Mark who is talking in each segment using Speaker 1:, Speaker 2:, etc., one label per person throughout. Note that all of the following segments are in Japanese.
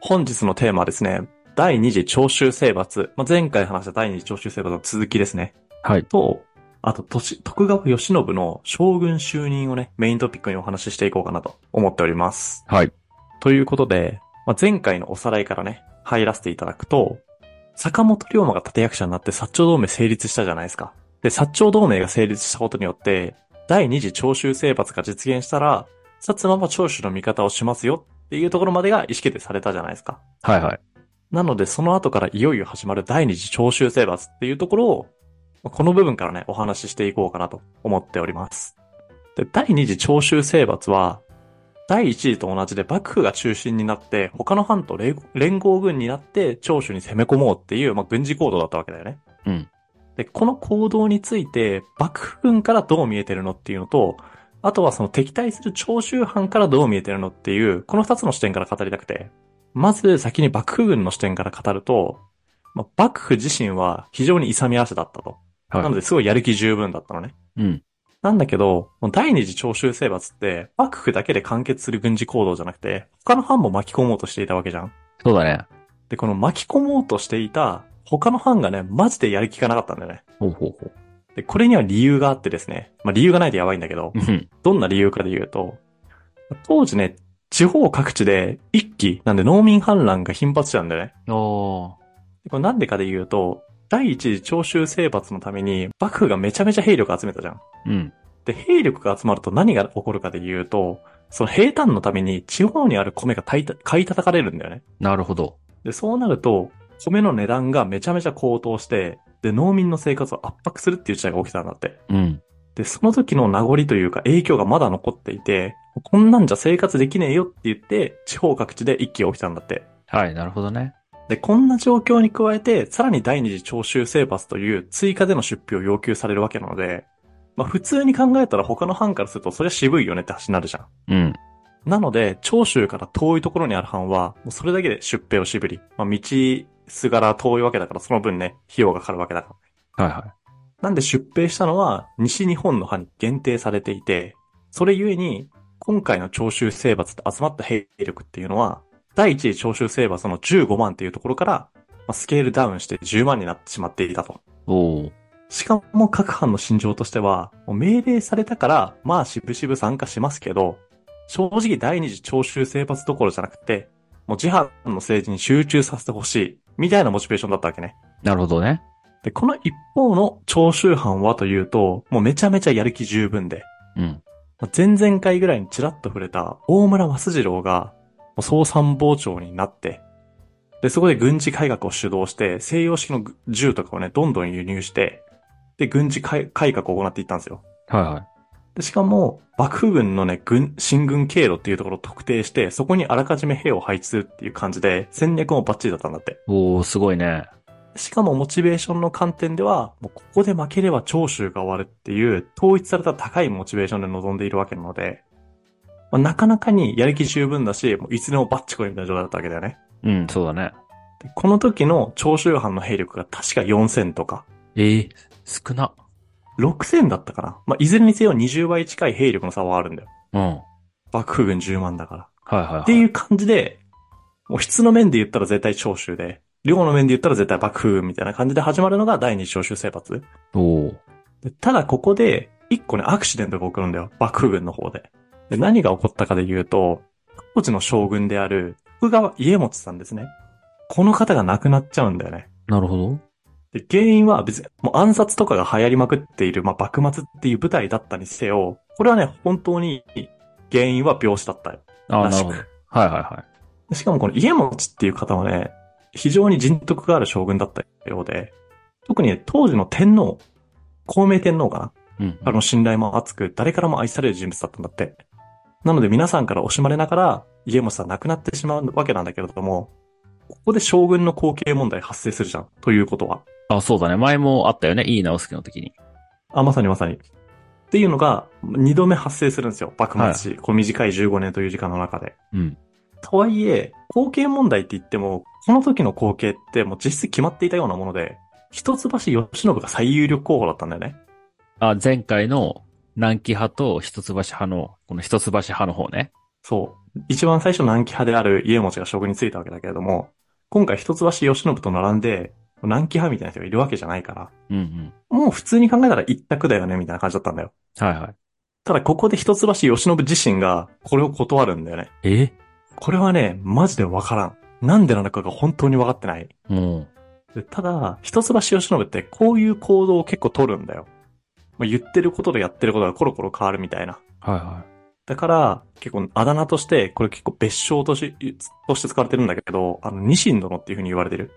Speaker 1: 本日のテーマはですね、第二次徴収征伐、まあ、前回話した第二次徴収征伐の続きですね。
Speaker 2: はい。
Speaker 1: と、あと、とし徳川慶喜の将軍就任をね、メイントピックにお話ししていこうかなと思っております。
Speaker 2: はい。
Speaker 1: ということで、まあ、前回のおさらいからね、入らせていただくと、坂本龍馬が立役者になって薩長同盟成立したじゃないですか。で、薩長同盟が成立したことによって、第二次徴収征伐が実現したら、薩摩は長州の味方をしますよっていうところまでが意思決定されたじゃないですか。
Speaker 2: はいはい。
Speaker 1: なので、その後からいよいよ始まる第二次徴収征伐っていうところを、まあこの部分からね、お話ししていこうかなと思っております。で、第二次徴収征伐は、第一次と同じで幕府が中心になって、他の藩と連合連合軍になって長州に攻め込もうっていう、まあ、軍事行動だったわけだよね。
Speaker 2: うん。
Speaker 1: で、この行動について、幕府軍からどう見えてるのっていうのと、あとはその敵対する長州藩からどう見えてるのっていう、この二つの視点から語りたくて。まず先に幕府軍の視点から語ると、まあ、幕府自身は非常に勇み足だったと。
Speaker 2: はい。
Speaker 1: なのですごいやる気十分だったのね。
Speaker 2: うん。
Speaker 1: なんだけど、もう第二次徴収征伐って幕府だけで完結する軍事行動じゃなくて、他の藩も巻き込もうとしていたわけじゃん。
Speaker 2: そうだね。
Speaker 1: で、この巻き込もうとしていた他の藩がね、マジでやる気がなかったんだよね。
Speaker 2: ほうほうほう。
Speaker 1: で、これには理由があってですね。まあ理由がないとやばいんだけど、
Speaker 2: うん。
Speaker 1: どんな理由かで言うと、当時ね、地方各地で一揆なんで農民反乱が頻発したんだよね。
Speaker 2: お
Speaker 1: でこれなんでかで言うと、第一次徴収征伐のために幕府がめちゃめちゃ兵力集めたじゃん。
Speaker 2: ー。うん。
Speaker 1: で、兵力が集まると何が起こるかで言うと、その平坦のために地方にある米が買いた買い叩かれるんだよね。
Speaker 2: なるほど。
Speaker 1: で、そうなると、米の値段がめちゃめちゃ高騰して、で、農民の生活を圧迫するっていう事態が起きたんだって。
Speaker 2: うん。
Speaker 1: で、その時の名残というか影響がまだ残っていて、こんなんじゃ生活できねえよって言って、地方各地で一気起きたんだって。
Speaker 2: はい、なるほどね。
Speaker 1: で、こんな状況に加えて、さらに第二次徴収征伐という追加での出費を要求されるわけなので、まあ普通に考えたら他の藩からするとそれは渋いよねって話になるじゃん。
Speaker 2: うん。
Speaker 1: なので、長州から遠いところにある藩は、もうそれだけで出兵を渋り、まあ道すがら遠いわけだからその分ね、費用がかかるわけだから。
Speaker 2: はいは
Speaker 1: なんで出兵したのは西日本の派に限定されていて、それゆえに、今回の徴収征伐と集まった兵力っていうのは、第一次徴収征伐の15万っていうところから、まあスケールダウンして10万になってしまっていたと。
Speaker 2: い。おー。
Speaker 1: しかも各藩の心情としては、もう命令されたから、まあ渋々参加しますけど、正直第二次徴収征伐どころじゃなくて、もう自藩の政治に集中させてほしい、みたいなモチベーションだったわけね。
Speaker 2: なるほどね。
Speaker 1: で、この一方の長州藩はというと、もうめちゃめちゃやる気十分で、
Speaker 2: うん。
Speaker 1: まあ前々回ぐらいにちらっと触れた大村益次郎が、もう総参謀長になって、で、そこで軍事改革を主導して、西洋式の銃とかをね、どんどん輸入して、で、軍事改改革を行っていったんですよ。
Speaker 2: はいはい。
Speaker 1: で、しかも、幕府軍のね、軍、進軍経路っていうところを特定して、そこにあらかじめ兵を配置するっていう感じで、戦略もバッチリだったんだって。
Speaker 2: おー、すごいね。
Speaker 1: しかもモチベーションの観点では、もうここで負ければ長州が終わるっていう、統一された高いモチベーションで臨んでいるわけなので、まあ、なかなかにやる気十分だし、もういつでもバッチコイみたいな状態だったわけだよね。
Speaker 2: うん、そうだね。
Speaker 1: でこの時の長州藩の兵力が確か4000とか、
Speaker 2: えー、少な。
Speaker 1: 6000だったかな。まあ、いずれにせよ20倍近い兵力の差はあるんだよ。
Speaker 2: うん。はい
Speaker 1: 幕府軍10万だから。
Speaker 2: はいはい。
Speaker 1: っていう感じで、もう質の面で言ったら絶対長州で、量の面で言ったら絶対幕府軍みたいな感じで始まるのが第二次長州征伐。
Speaker 2: おー。
Speaker 1: でただここで、一個ね、アクシデントが起こるんだよ。幕府軍の方で。で何が起こったかで言うと、当時の将軍である、徳川家持さんですね。この方が亡くなっちゃうんだよね。
Speaker 2: なるほど。
Speaker 1: で、原因は別に、もう暗殺とかが流行りまくっている、まあ、幕末っていう舞台だったにせよ、これはね、本当に原因は病死だったよ。
Speaker 2: あ
Speaker 1: ら
Speaker 2: ー、な
Speaker 1: し
Speaker 2: る
Speaker 1: く
Speaker 2: ほど。はいはいは
Speaker 1: でしかもこの家持っていう方はね、非常に人徳がある将軍だったようで、特にね、当時の天皇、孔明天皇かな。
Speaker 2: い。うん。
Speaker 1: からの信頼も厚く、誰からも愛される人物だったんだって。なので皆さんから惜しまれながら、家もさ、亡くなってしまうわけなんだけれども、ここで将軍の後継問題発生するじゃん。ということは。
Speaker 2: あ、そうだね。前もあったよね。いい直すけの時に。
Speaker 1: あ、まさにまさに。っていうのが、二度目発生するんですよ。幕末史。こう短い15年という時間の中で。
Speaker 2: うん。
Speaker 1: とはいえ、後継問題って言っても、この時の後継ってもう実質決まっていたようなもので、一橋慶喜が最有力候補だったんだよね。
Speaker 2: あ、前回の南紀派と一橋派の、この一橋派の方ね。
Speaker 1: そう。一番最初南紀派である家持が将軍についたわけだけれども、今回一橋慶喜と並んで、南紀派みたいな人がいるわけじゃないから、
Speaker 2: うんうん。
Speaker 1: もう普通に考えたら一択だよね、みたいな感じだったんだよ。
Speaker 2: はいはい。
Speaker 1: ただここで一橋慶喜自身がこれを断るんだよね。
Speaker 2: え
Speaker 1: これはね、マジでわからん。なんでなのかが本当にわかってない。
Speaker 2: も
Speaker 1: でただ、一橋慶喜ってこういう行動を結構取るんだよ。まあ、言ってることとやってることがコロコロ変わるみたいな。
Speaker 2: うん。はいは
Speaker 1: だから、結構あだ名として、これ結構別称としとして使われてるんだけど、あの、ニシン殿っていう風に言われてる。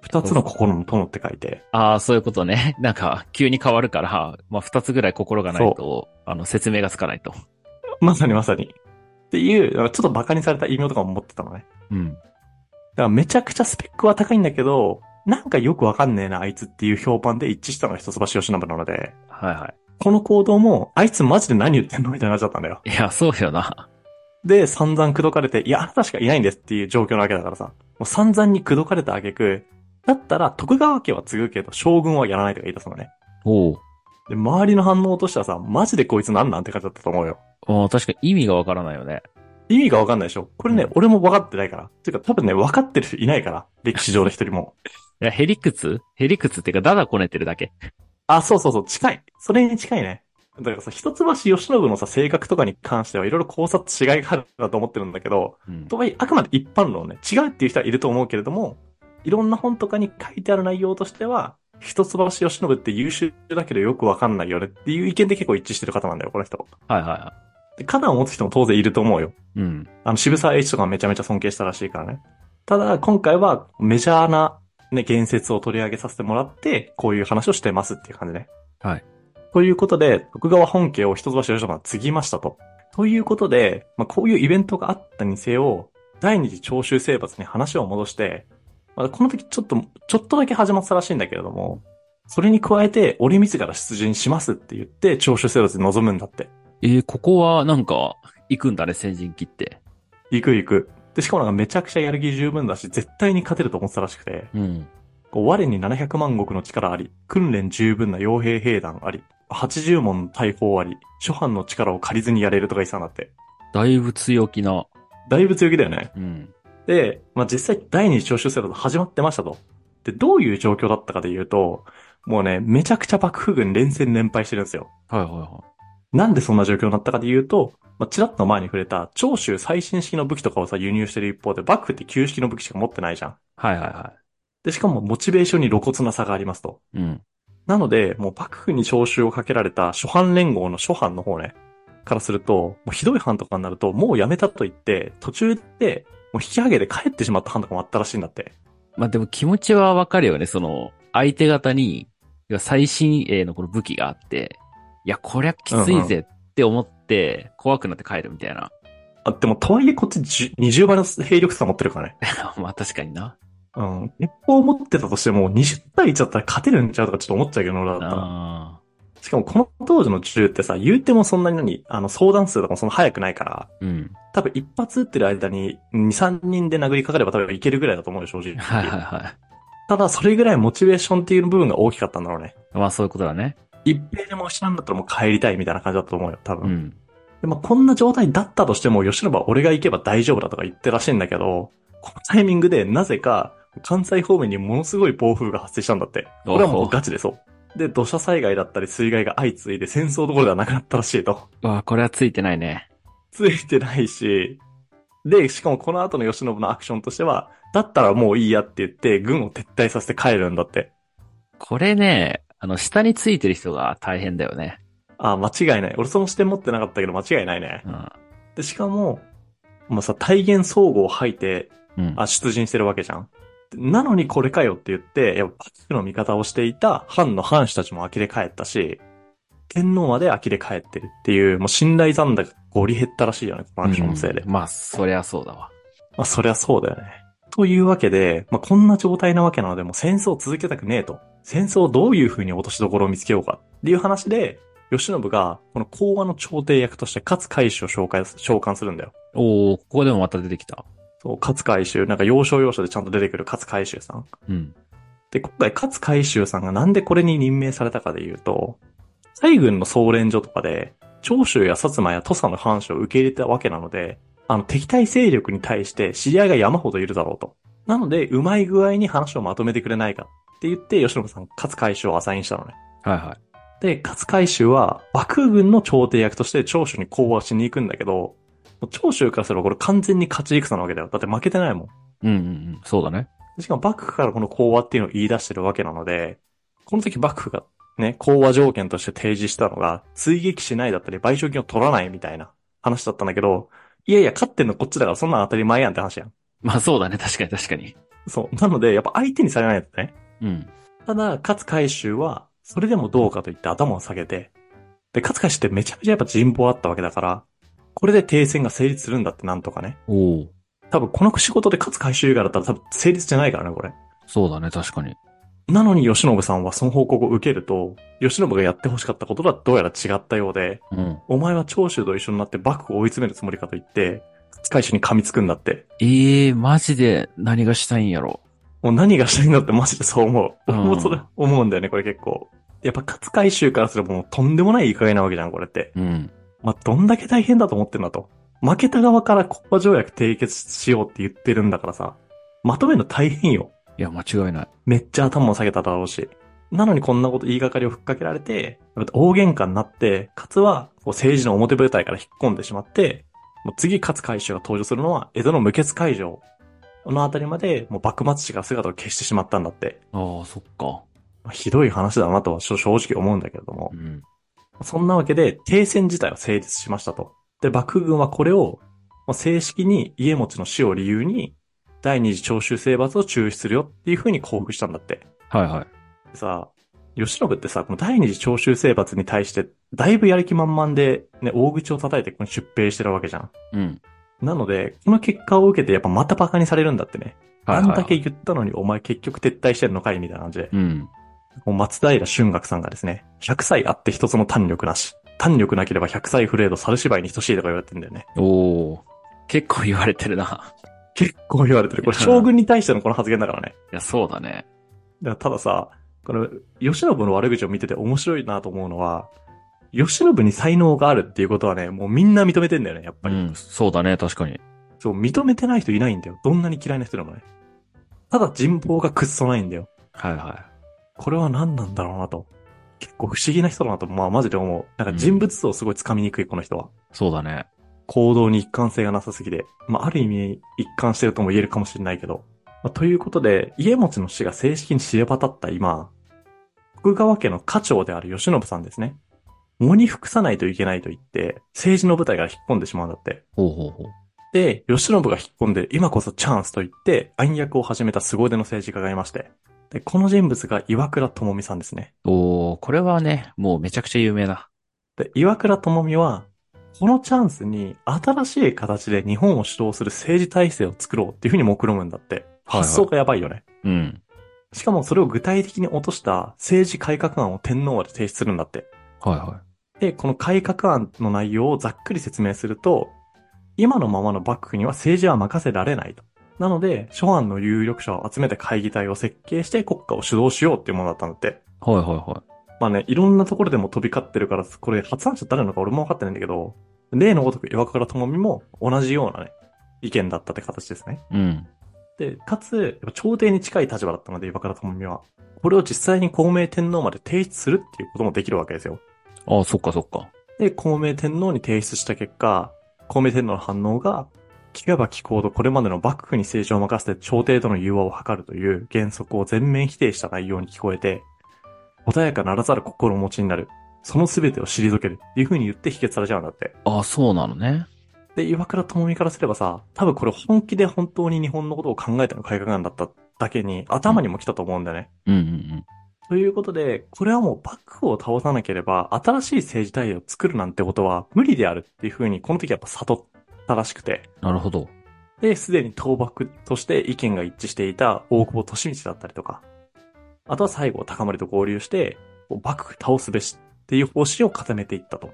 Speaker 1: 二つの心の殿って書いて
Speaker 2: い。。ああ、そういうことね。 なんか、急に変わるから、まあ、二つぐらい心がないと、あの、説明がつかないと。
Speaker 1: まさにまさに。っていう、なんかちょっと馬鹿にされた異名とかも持ってたのね。
Speaker 2: うん。
Speaker 1: だからめちゃくちゃスペックは高いんだけど、なんかよくわかんねえな、あいつっていう評判で一致したのが一橋慶喜なので、
Speaker 2: はいは
Speaker 1: この行動も、あいつマジで何言ってんのみたいになっちゃったんだよ。
Speaker 2: い。いや、そうよな。
Speaker 1: で、散々口説かれて、いや、あなたしかいないんですっていう状況なわけだからさ。もう散々に口説かれた挙句、だったら徳川家は継ぐけど、将軍はやらないとか言い出すのね。
Speaker 2: おう
Speaker 1: で、周りの反応としてはさ、マジでこいつなんなんって感じだったと思うよ。
Speaker 2: ああ、確かに意味がわからないよね。
Speaker 1: 意味がわかんないでしょこれね、
Speaker 2: うん
Speaker 1: 俺も分かってないから。ていうか、多分ね、分かってる人いないから。歴史上の一人も。
Speaker 2: いや、ヘリクツヘリクツっていうか、だだこねてるだけ。
Speaker 1: あ、そうそうそう、近い。それに近いね。だからさ、一橋慶喜のさ、性格とかに関してはいろいろ考察しがいがあるなと思ってるんだけど、
Speaker 2: うん
Speaker 1: とはいえ、あくまで一般論ね、違うっていう人はいると思うけれども、いろんな本とかに書いてある内容としては、一橋慶喜って優秀だけどよくわかんないよねっていう意見で結構一致してる方なんだよ、この人。
Speaker 2: はいはいは
Speaker 1: で、肩を持つ人も当然いると思うよ。
Speaker 2: い。うん。
Speaker 1: あの、渋沢栄一とかめちゃめちゃ尊敬したらしいからね。ただ、今回はメジャーなね、言説を取り上げさせてもらって、こういう話をしてますっていう感じね。
Speaker 2: はい。
Speaker 1: ということで、徳川本家を一橋慶喜が継ぎましたと。ということで、まあ、こういうイベントがあったにせよ、第二次長州征伐に話を戻して、まあ、この時ちょっと、ちょっとだけ始まってたらしいんだけれども、それに加えて、俺自ら出陣しますって言って、長州征伐に臨むんだって。
Speaker 2: えー、ここは、なんか、行くんだね、先陣切って。
Speaker 1: 行く行く。で、しかもなんかめちゃくちゃやる気十分だし、絶対に勝てると思ってたらしくて、
Speaker 2: うん。
Speaker 1: こう我に700万石の力あり、訓練十分な傭兵兵団あり、80門の大砲あり、諸藩の力を借りずにやれるとか言ってたんだって。
Speaker 2: だいぶ強気な。
Speaker 1: だいぶ強気だよね。
Speaker 2: うん。
Speaker 1: で、まあ、実際第二次徴収制度始まってましたと。で、どういう状況だったかで言うと、もうね、めちゃくちゃ幕府軍連戦連敗してるんですよ。
Speaker 2: はいはいは
Speaker 1: なんでそんな状況になったかで言うと、まあ、ちらっと前に触れた、長州最新式の武器とかをさ、輸入してる一方で、幕府って旧式の武器しか持ってないじゃん。
Speaker 2: い。はいはいは
Speaker 1: で、しかもモチベーションに露骨な差がありますと。
Speaker 2: い。うん。
Speaker 1: なので、もう幕府に招集をかけられた諸藩連合の諸藩の方ね、からすると、もうひどい藩とかになると、もうやめたと言って、途中で、もう引き上げて帰ってしまった藩とかもあったらしいんだって。
Speaker 2: まあ、でも気持ちはわかるよね。その、相手方に、要は最新鋭のこの武器があって、いや、こりゃきついぜって思って、怖くなって帰るみたいな。
Speaker 1: あ、でも、とはいえこっち10 20倍の兵力差持ってるからね。
Speaker 2: まあ、確かにな。
Speaker 1: うん。鉄砲持ってたとしても、20対1だったら勝てるんちゃうとかちょっと思っちゃうけど、俺だったら。
Speaker 2: ああ。
Speaker 1: しかも、この当時の銃ってさ、言うてもそんなに何、あの、相談数とかもそんな早くないから、
Speaker 2: うん。
Speaker 1: 多分一発撃ってる間に2、3人で殴りかかれば多分いけるぐらいだと思うよ、正直。
Speaker 2: はいはいはい。
Speaker 1: ただ、それぐらいモチベーションっていう部分が大きかったんだろうね。
Speaker 2: まあ、そういうことだね。
Speaker 1: 一平でも失うんだったらもう帰りたいみたいな感じだったと思うよ、多分。
Speaker 2: うん。
Speaker 1: でまあ、こんな状態だったとしても、吉野は俺が行けば大丈夫だとか言ってらしいんだけど、このタイミングでなぜか関西方面にものすごい暴風が発生したんだって。これはもうガチでそう。で、土砂災害だったり水害が相次いで戦争どころではなくなったらしいと。
Speaker 2: わあ、これはついてないね。
Speaker 1: ついてないし、で、しかもこの後の吉野のアクションとしては、だったらもういいやって言って、軍を撤退させて帰るんだって。
Speaker 2: これね、あの、下についてる人が大変だよね。
Speaker 1: ああ、間違いない。俺その視点持ってなかったけど間違いないね。
Speaker 2: うん。
Speaker 1: で、しかも、まあ、さ、体現相互を吐いて、
Speaker 2: うん。
Speaker 1: あ、出陣してるわけじゃん。なのにこれかよって言って、やっぱ幕府の味方をしていた藩の藩士たちも呆れ返ったし、天皇まで呆れ返ってるっていう、もう信頼残高がゴリ減ったらしいよね、このアクションのせいで。
Speaker 2: うんまあ、そりゃそうだわ。
Speaker 1: まあそりゃそうだよね。というわけで、まあこんな状態なわけなので、もう戦争を続けたくねえと。戦争をどういう風に落としどころを見つけようかっていう話で、吉信が、この講和の調停役として勝海舟を紹介す、召喚するんだよ。
Speaker 2: おおここでもまた出てきた。
Speaker 1: そう、勝海舟、なんか要所要所でちゃんと出てくる勝海舟さん。
Speaker 2: うん。
Speaker 1: で、今回勝海舟さんがなんでこれに任命されたかで言うと、海軍の総連所とかで、長州や薩摩や土佐の藩士を受け入れたわけなので、あの、敵対勢力に対して知り合いが山ほどいるだろうと。なので、うまい具合に話をまとめてくれないかって言って、吉野さん、勝海舟をアサインしたのね。
Speaker 2: はいは
Speaker 1: で、勝海舟は、幕府軍の朝廷役として長州に攻防しに行くんだけど、もう長州からすればこれ完全に勝ち戦なわけだよ。だって負けてないもん。
Speaker 2: い。うんうんうん。そうだね。
Speaker 1: しかも幕府からこの講和っていうのを言い出してるわけなので、この時幕府がね、講和条件として提示したのが、追撃しないだったり賠償金を取らないみたいな話だったんだけど、いやいや、勝ってんのこっちだからそんなん当たり前やんって話やん。
Speaker 2: まあそうだね。確かに確かに。
Speaker 1: そう。なので、やっぱ相手にされないとね。
Speaker 2: うん。
Speaker 1: ただ、勝海舟は、それでもどうかと言って頭を下げて、で、勝海舟ってめちゃめちゃやっぱ人望あったわけだから、これで停戦が成立するんだってなんとかね。
Speaker 2: おお。
Speaker 1: 多分この仕事で勝海舟以外だったら多分成立じゃないからね、これ。
Speaker 2: そうだね。確かに。
Speaker 1: なのに吉信さんはその報告を受けると、吉信がやって欲しかったこととはどうやら違ったようで、
Speaker 2: うん。
Speaker 1: お前は長州と一緒になって幕府を追い詰めるつもりかと言って、勝海舟に噛みつくんだって。
Speaker 2: ええマジで何がしたいんやろ。
Speaker 1: もう何がしたいんだってマジでそう思う。
Speaker 2: うん
Speaker 1: 僕もそれ思うんだよね、これ結構。やっぱ勝海舟からすればもうとんでもないいい加減なわけじゃん、これって。
Speaker 2: うん。
Speaker 1: まあ、どんだけ大変だと思ってんだと。負けた側から国家条約締結しようって言ってるんだからさ、まとめるの大変よ。
Speaker 2: いや、間違いない。
Speaker 1: めっちゃ頭を下げただろうし。なのにこんなこと言いがかりをふっかけられて、やっぱ大喧嘩になって、勝はこう政治の表舞台から引っ込んでしまって、もう次勝海舟が登場するのは江戸の無血会場のあたりまで、もう幕末史が姿を消してしまったんだって。
Speaker 2: ああ、そっか。
Speaker 1: まあひどい話だなとは正正直思うんだけれども
Speaker 2: う。ん。
Speaker 1: そんなわけで、停戦自体は成立しましたと。で、幕府軍はこれを、まあ正式に家持ちの死を理由に、第二次長州征伐を中止するよっていう風に降伏したんだって。
Speaker 2: はいはい。
Speaker 1: でさ、吉信ってさ、この第二次長州征伐に対して、だいぶやる気満々で、ね、大口を叩いてここに出兵してるわけじゃん。
Speaker 2: うん。
Speaker 1: なので、この結果を受けて、やっぱまた馬鹿にされるんだってね。
Speaker 2: はいはい、
Speaker 1: あんだけ言ったのに、お前結局撤退してんのかいみたいな感じで。
Speaker 2: うん。
Speaker 1: もう松平春岳さんがですね、100歳あって一つの胆力なし。胆力なければ100歳フレード猿芝居に等しいとか言われてんだよね。
Speaker 2: おお。結構言われてるな。
Speaker 1: 結構言われてる。これ将軍に対してのこの発言だからね。
Speaker 2: いや、そうだね。
Speaker 1: だからたださ、この、吉信の悪口を見てて面白いなと思うのは、吉信に才能があるっていうことはね、もうみんな認めてんだよね、やっぱ
Speaker 2: う
Speaker 1: り。
Speaker 2: ん。そうだね。確かに。
Speaker 1: そう、認めてない人いないんだよ。どんなに嫌いな人でもね。ただ人望がくっそないんだよ。
Speaker 2: はいは
Speaker 1: これは何なんだろうなと。結構不思議な人だなと、まあマジで思う。なんか人物像すごい掴みにくい、この人は。
Speaker 2: い。そうだね。
Speaker 1: 行動に一貫性がなさすぎて、まあ、ある意味一貫してるとも言えるかもしれないけど。まあ、ということで、家持の死が正式に知れ渡った今、徳川家の家長である吉信さんですね。喪に服さないといけないと言って、政治の舞台から引っ込んでしまうんだって。
Speaker 2: ほうほうほう。
Speaker 1: で、吉信が引っ込んで、今こそチャンスと言って、暗躍を始めた凄腕の政治家がいまして。で、この人物が岩倉智美さんですね。
Speaker 2: おおこれはね、もうめちゃくちゃ有名な。
Speaker 1: で、岩倉智美は、このチャンスに新しい形で日本を主導する政治体制を作ろうっていうふうに目論むんだって。
Speaker 2: はいはい
Speaker 1: 発想がやばいよね。
Speaker 2: うん。
Speaker 1: しかもそれを具体的に落とした政治改革案を天皇まで提出するんだって。
Speaker 2: はいは
Speaker 1: で、この改革案の内容をざっくり説明すると、今のままの幕府には政治は任せられないと。なので、諸案の有力者を集めて会議体を設計して国家を主導しようっていうものだったんだって。
Speaker 2: い。はいはいは
Speaker 1: まあね、いろんなところでも飛び交ってるから、これ発案者誰なのか俺も分かってないんだけど、例のごとく岩倉智美も同じようなね、意見だったって形ですね。
Speaker 2: い。うん。
Speaker 1: で、かつ、やっぱ朝廷に近い立場だったので、岩倉智美は。これを実際に孔明天皇まで提出するっていうこともできるわけですよ。
Speaker 2: ああ、そっかそっか。
Speaker 1: で、孔明天皇に提出した結果、孔明天皇の反応が、聞けば聞こうとこれまでの幕府に政治を任せて朝廷との融和を図るという原則を全面否定した内容に聞こえて、穏やかならざる心持ちになる。その全てを退けるっていう風に言って否決されちゃうんだって。
Speaker 2: ああ、そうなのね。
Speaker 1: で、岩倉智美からすればさ、多分これ本気で本当に日本のことを考えての改革案だっただけに頭にも来たと思うんだよね。
Speaker 2: うんうん
Speaker 1: ということで、これはもう幕府を倒さなければ、新しい政治体制を作るなんてことは無理であるっていうふうに、この時やっぱ悟ったらしくて。
Speaker 2: うん。なるほど。
Speaker 1: で、すでに倒幕として意見が一致していた大久保利通だったりとか、あとは西郷隆盛と合流して、こう幕府倒すべしっていう方針を固めていったと。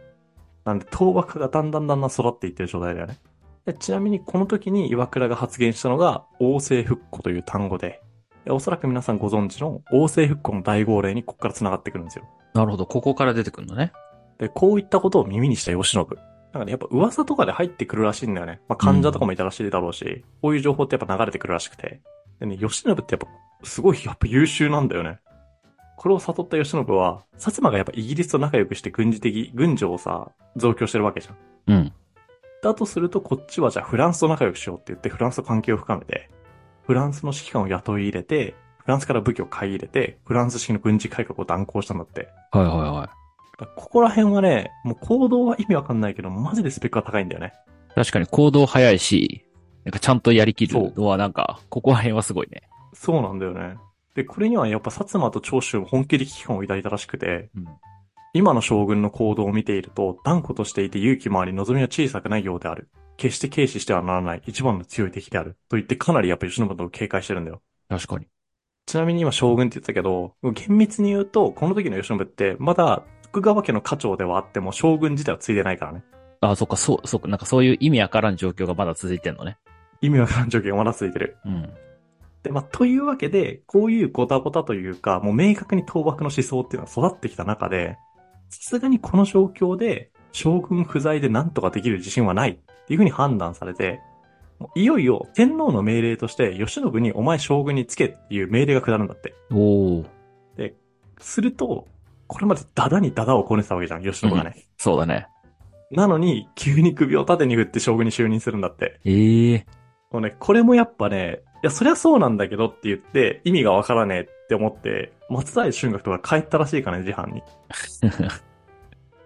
Speaker 1: なんで、倒幕がだんだんだんだん育っていってる状態だよね。でちなみに、この時に岩倉が発言したのが、王政復古という単語で、でおそらく皆さんご存知の王政復古の大号令にここから繋がってくるんですよ。
Speaker 2: なるほど。ここから出てくるのね。
Speaker 1: で、こういったことを耳にした吉信。なんかね、やっぱ噂とかで入ってくるらしいんだよね。まあ、患者とかもいたらしいだろうし、こういう情報ってやっぱ流れてくるらしくて。でね、吉信ってやっぱ、すごいやっぱ優秀なんだよね。これを悟った吉信は、薩摩がやっぱイギリスと仲良くして軍事的、軍情をさ、増強してるわけじゃん。
Speaker 2: うん。
Speaker 1: だとすると、こっちはじゃあフランスと仲良くしようって言って、フランスと関係を深めて、フランスの指揮官を雇い入れて、フランスから武器を買い入れて、フランス式の軍事改革を断行したんだって。
Speaker 2: はいはいは
Speaker 1: だからここら辺はね、もう行動は意味わかんないけど、マジでスペックが高いんだよね。
Speaker 2: い。確かに行動早いし、なんかちゃんとやりきるのはなんか、ここら辺はすごいね。
Speaker 1: そうなんだよね。で、これにはやっぱ薩摩と長州も本気で危機感を抱いたらしくて、
Speaker 2: うん。
Speaker 1: 今の将軍の行動を見ていると、断固としていて勇気もあり、望みは小さくないようである。決して軽視してはならない、一番の強い敵である。と言ってかなりやっぱ吉野ことを警戒してるんだよ。
Speaker 2: 確かに。
Speaker 1: ちなみに今将軍って言ってたけど、厳密に言うと、この時の吉野って、まだ徳川家の家長ではあっても将軍自体は継いでないからね。
Speaker 2: あ、そっか、そう、そうか、なんかそういう意味わからん状況がまだ続いてんのね。
Speaker 1: 意味わからん状況がまだ続いてる。
Speaker 2: うん。
Speaker 1: で、まあ、というわけで、こういうごたごたというか、もう明確に倒幕の思想っていうのは育ってきた中で、さすがにこの状況で、将軍不在で何とかできる自信はないっていうふうに判断されて、もういよいよ天皇の命令として、慶喜にお前将軍につけっていう命令が下るんだって。
Speaker 2: おー。
Speaker 1: すると、これまでダダにダダをこねてたわけじゃん、慶喜がね。
Speaker 2: そうだね。
Speaker 1: なのに、急に首を縦に振って将軍に就任するんだって。
Speaker 2: ええ
Speaker 1: もうね、これもやっぱね、いや、そりゃそうなんだけどって言って、意味がわからねえって思って、松平春学とか帰ったらしいからね、自販に。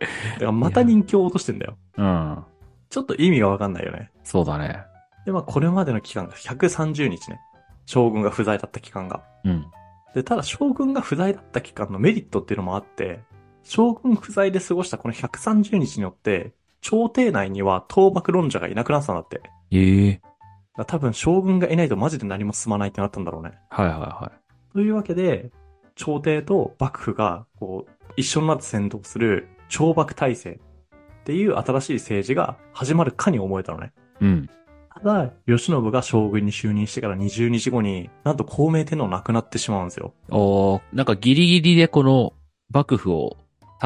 Speaker 1: だからまた人気を落としてんだよ。
Speaker 2: うん。
Speaker 1: ちょっと意味がわかんないよね。
Speaker 2: そうだね。
Speaker 1: で、まあこれまでの期間が130日ね。将軍が不在だった期間が。
Speaker 2: うん。
Speaker 1: で、ただ将軍が不在だった期間のメリットっていうのもあって、将軍不在で過ごしたこの130日によって、朝廷内には倒幕論者がいなくなってたんだって。だか
Speaker 2: ええ
Speaker 1: ら多分将軍がいないとマジで何も進まないってなったんだろうね。
Speaker 2: はいはいは
Speaker 1: というわけで、朝廷と幕府が、こう、一緒になって戦闘する朝幕体制っていう新しい政治が始まるかに思えたのね。
Speaker 2: い。うん。
Speaker 1: ただ、慶喜が将軍に就任してから20日後に、なんと孔明天皇亡くなってしまうんですよ。
Speaker 2: おー、なんかギリギリでこの幕府を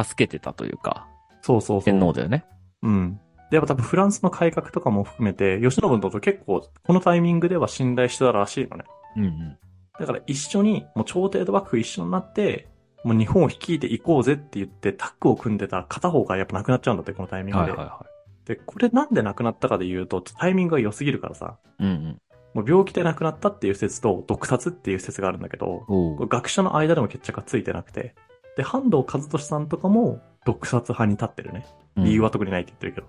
Speaker 2: 助けてたというか、
Speaker 1: そうそうそう。
Speaker 2: 天皇だよね。
Speaker 1: うん。で、やっぱ多分フランスの改革とかも含めて、慶喜のこと結構、このタイミングでは信頼してたらしいのね。
Speaker 2: うんうん。
Speaker 1: だから一緒に、もう朝廷と幕府一緒になって、もう日本を率いていこうぜって言ってタッグを組んでたら片方がやっぱなくなっちゃうんだって、このタイミングで。
Speaker 2: はいはいは
Speaker 1: で、これなんで亡くなったかで言うと、タイミングが良すぎるからさ、
Speaker 2: い。うん
Speaker 1: もう病気で亡くなったっていう説と、毒殺っていう説があるんだけど、
Speaker 2: うん。お
Speaker 1: これ
Speaker 2: ー。
Speaker 1: 学者の間でも決着がついてなくて、で、半藤和俊さんとかも、毒殺派に立ってるね。理由は特にないって言ってる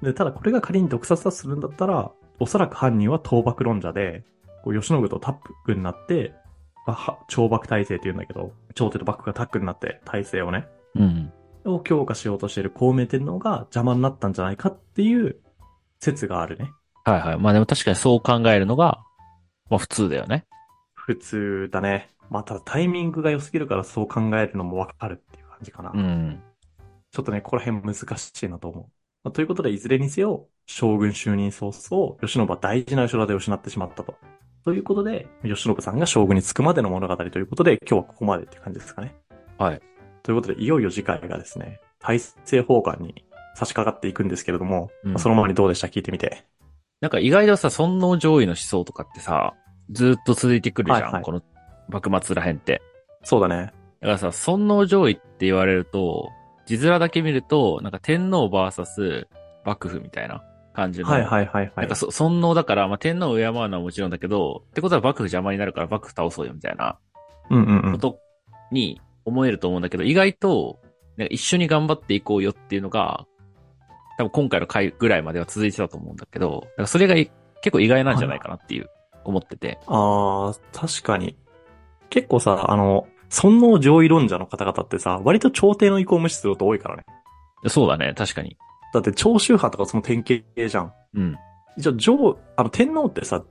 Speaker 1: けど。で、ただこれが仮に毒殺だとするんだったら、おそらく犯人は倒幕論者で、こう、吉信とタッグになって、まあは朝幕体制って言うんだけど、朝廷と幕府がタッグになって体制をね、
Speaker 2: うん。うん。
Speaker 1: を強化しようとしている孔明天皇が邪魔になったんじゃないかっていう説があるね。
Speaker 2: はいはい。まあでも確かにそう考えるのが、まあ普通だよね。
Speaker 1: 普通だね。まあ、ただタイミングが良すぎるからそう考えるのもわかるっていう感じかな。
Speaker 2: うん。
Speaker 1: ちょっとね、ここら辺難しいなと思う。まあということで、いずれにせよ、将軍就任早々、慶喜は大事な後ろ盾を失ってしまったと。ということで、慶喜さんが将軍に就くまでの物語ということで、今日はここまでっていう感じですかね。
Speaker 2: はい。
Speaker 1: ということで、いよいよ次回がですね、体制崩壊に差し掛かっていくんですけれども、
Speaker 2: うん
Speaker 1: まあその前にどうでした聞いてみて。
Speaker 2: なんか意外とさ、尊王攘夷の思想とかってさ、ずーっと続いてくるじゃん。
Speaker 1: はいはい
Speaker 2: この幕末らへんって。
Speaker 1: そうだね。
Speaker 2: だからさ、尊王攘夷って言われると、字面だけ見ると、なんか天皇バーサス幕府みたいな感じの。
Speaker 1: はいはいはいは
Speaker 2: なん
Speaker 1: い
Speaker 2: か。そ尊王だから、まあ、天皇を敬うのはもちろんだけど、ってことは幕府邪魔になるから幕府倒そうよみたいな
Speaker 1: うんうんう
Speaker 2: こ
Speaker 1: ん。
Speaker 2: とに思えると思うんだけど、意外と、なんか一緒に頑張っていこうよっていうのが、多分今回の回ぐらいまでは続いてたと思うんだけど、だからそれがい結構意外なんじゃないかなっていう、思ってて。
Speaker 1: あー、確かに。結構さ、あの、尊王攘夷論者の方々ってさ、割と朝廷の意向を無視すること多いからね。
Speaker 2: そうだね、確かに。
Speaker 1: だって長州派とかその典型じゃん。
Speaker 2: うん。
Speaker 1: 一応上、あの天皇ってさ、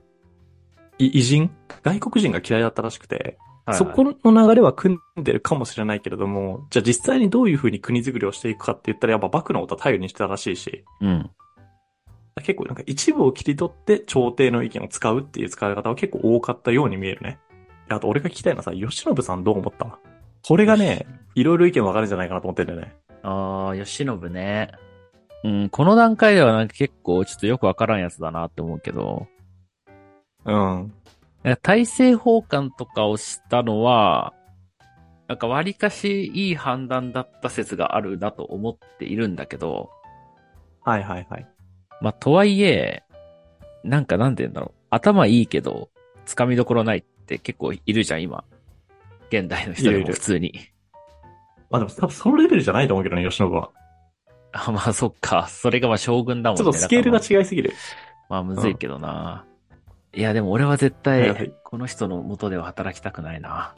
Speaker 1: い偉人外国人が嫌いだったらしくて、
Speaker 2: はいはい
Speaker 1: そこの流れは組んでるかもしれないけれども、じゃあ実際にどういう風に国づくりをしていくかって言ったらやっぱ幕府のことは頼りにしてたらしいし、
Speaker 2: うん。
Speaker 1: 結構なんか一部を切り取って朝廷の意見を使うっていう使い方は結構多かったように見えるね。あと俺が聞きたいのはさ、吉信さんどう思ったこれがね、いろいろ意見分かるんじゃないかなと思ってんだよね。
Speaker 2: ああ、吉信ね。うん、この段階ではなんか結構ちょっとよくわからんやつだなって思うけど、
Speaker 1: うん。
Speaker 2: なんか大政奉還とかをしたのは、なんか割かしいい判断だった説があるなと思っているんだけど、
Speaker 1: はいはいはい。
Speaker 2: まあとはいえ、なんかなんて言うんだろう。頭いいけど、つかみどころないって結構いるじゃん、今。現代の人で
Speaker 1: いるい
Speaker 2: も
Speaker 1: る
Speaker 2: 普通に。
Speaker 1: まあでも多分そのレベルじゃないと思うけどね、吉信は。
Speaker 2: あ、まあそっか。それがまあ将軍だもん
Speaker 1: ち
Speaker 2: ね。
Speaker 1: ょっとスケールが
Speaker 2: だから
Speaker 1: 違いすぎる。
Speaker 2: まあむずいけどな。いや、でも俺は絶対
Speaker 1: はい、
Speaker 2: この人の元では働きたくないな。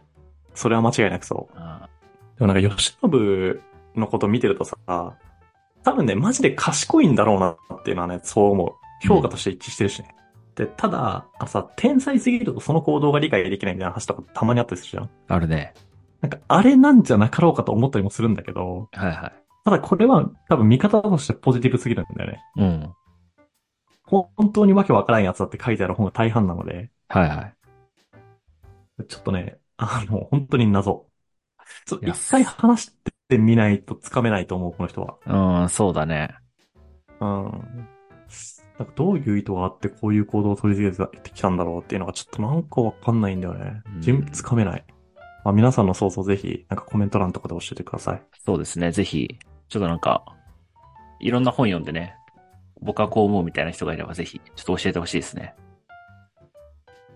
Speaker 1: それは間違いなくそう。
Speaker 2: あ
Speaker 1: でもなんか、吉信のこと見てるとさ、多分ね、マジで賢いんだろうなっていうのはね、そう思う。評価として一致してるしね。で、ただ、あさ、天才すぎるとその行動が理解できないみたいな話とかたまにあったりするじゃん。
Speaker 2: あるね。
Speaker 1: なんか、あれなんじゃなかろうかと思ったりもするんだけど、
Speaker 2: はいは
Speaker 1: ただこれは多分見方としてポジティブすぎるんだよね。
Speaker 2: い。うん。
Speaker 1: 本当にわけわからんやつだって書いてある本が大半なので、
Speaker 2: はいはい。
Speaker 1: ちょっとね、あの、本当に謎。ちょっと
Speaker 2: いや
Speaker 1: 一回話してみないとつかめないと思う、この人は。
Speaker 2: うん、そうだね。
Speaker 1: うん。なんかどういう意図があってこういう行動を取り入れてきたんだろうっていうのがちょっとなんかわかんないんだよね
Speaker 2: うん。
Speaker 1: 人つかめない。まあ、皆さんの想像ぜひ、なんかコメント欄とかで教えてください。
Speaker 2: そうですね。ぜひ、ちょっとなんか、いろんな本読んでね、僕はこう思うみたいな人がいればぜひ、ちょっと教えてほしいですね。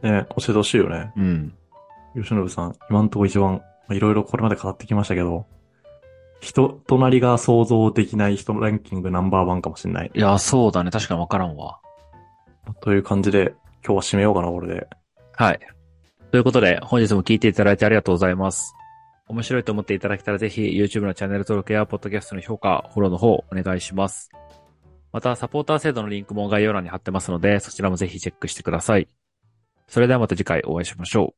Speaker 1: ね、教えてほしいよね。
Speaker 2: うん。
Speaker 1: 吉信さん、今んとこ一番、まあいろいろこれまで語ってきましたけど、人となりが想像できない人ランキングナンバーワンかもしれない。
Speaker 2: いや、そうだね。確かにわからんわ。
Speaker 1: という感じで、今日は締めようかな、これで。
Speaker 2: はい。ということで、本日も聞いていただいてありがとうございます。面白いと思っていただけたらぜひ YouTube のチャンネル登録や Podcast の評価、フォローの方お願いします。また、サポーター制度のリンクも概要欄に貼ってますので、そちらもぜひチェックしてください。それではまた次回お会いしましょう。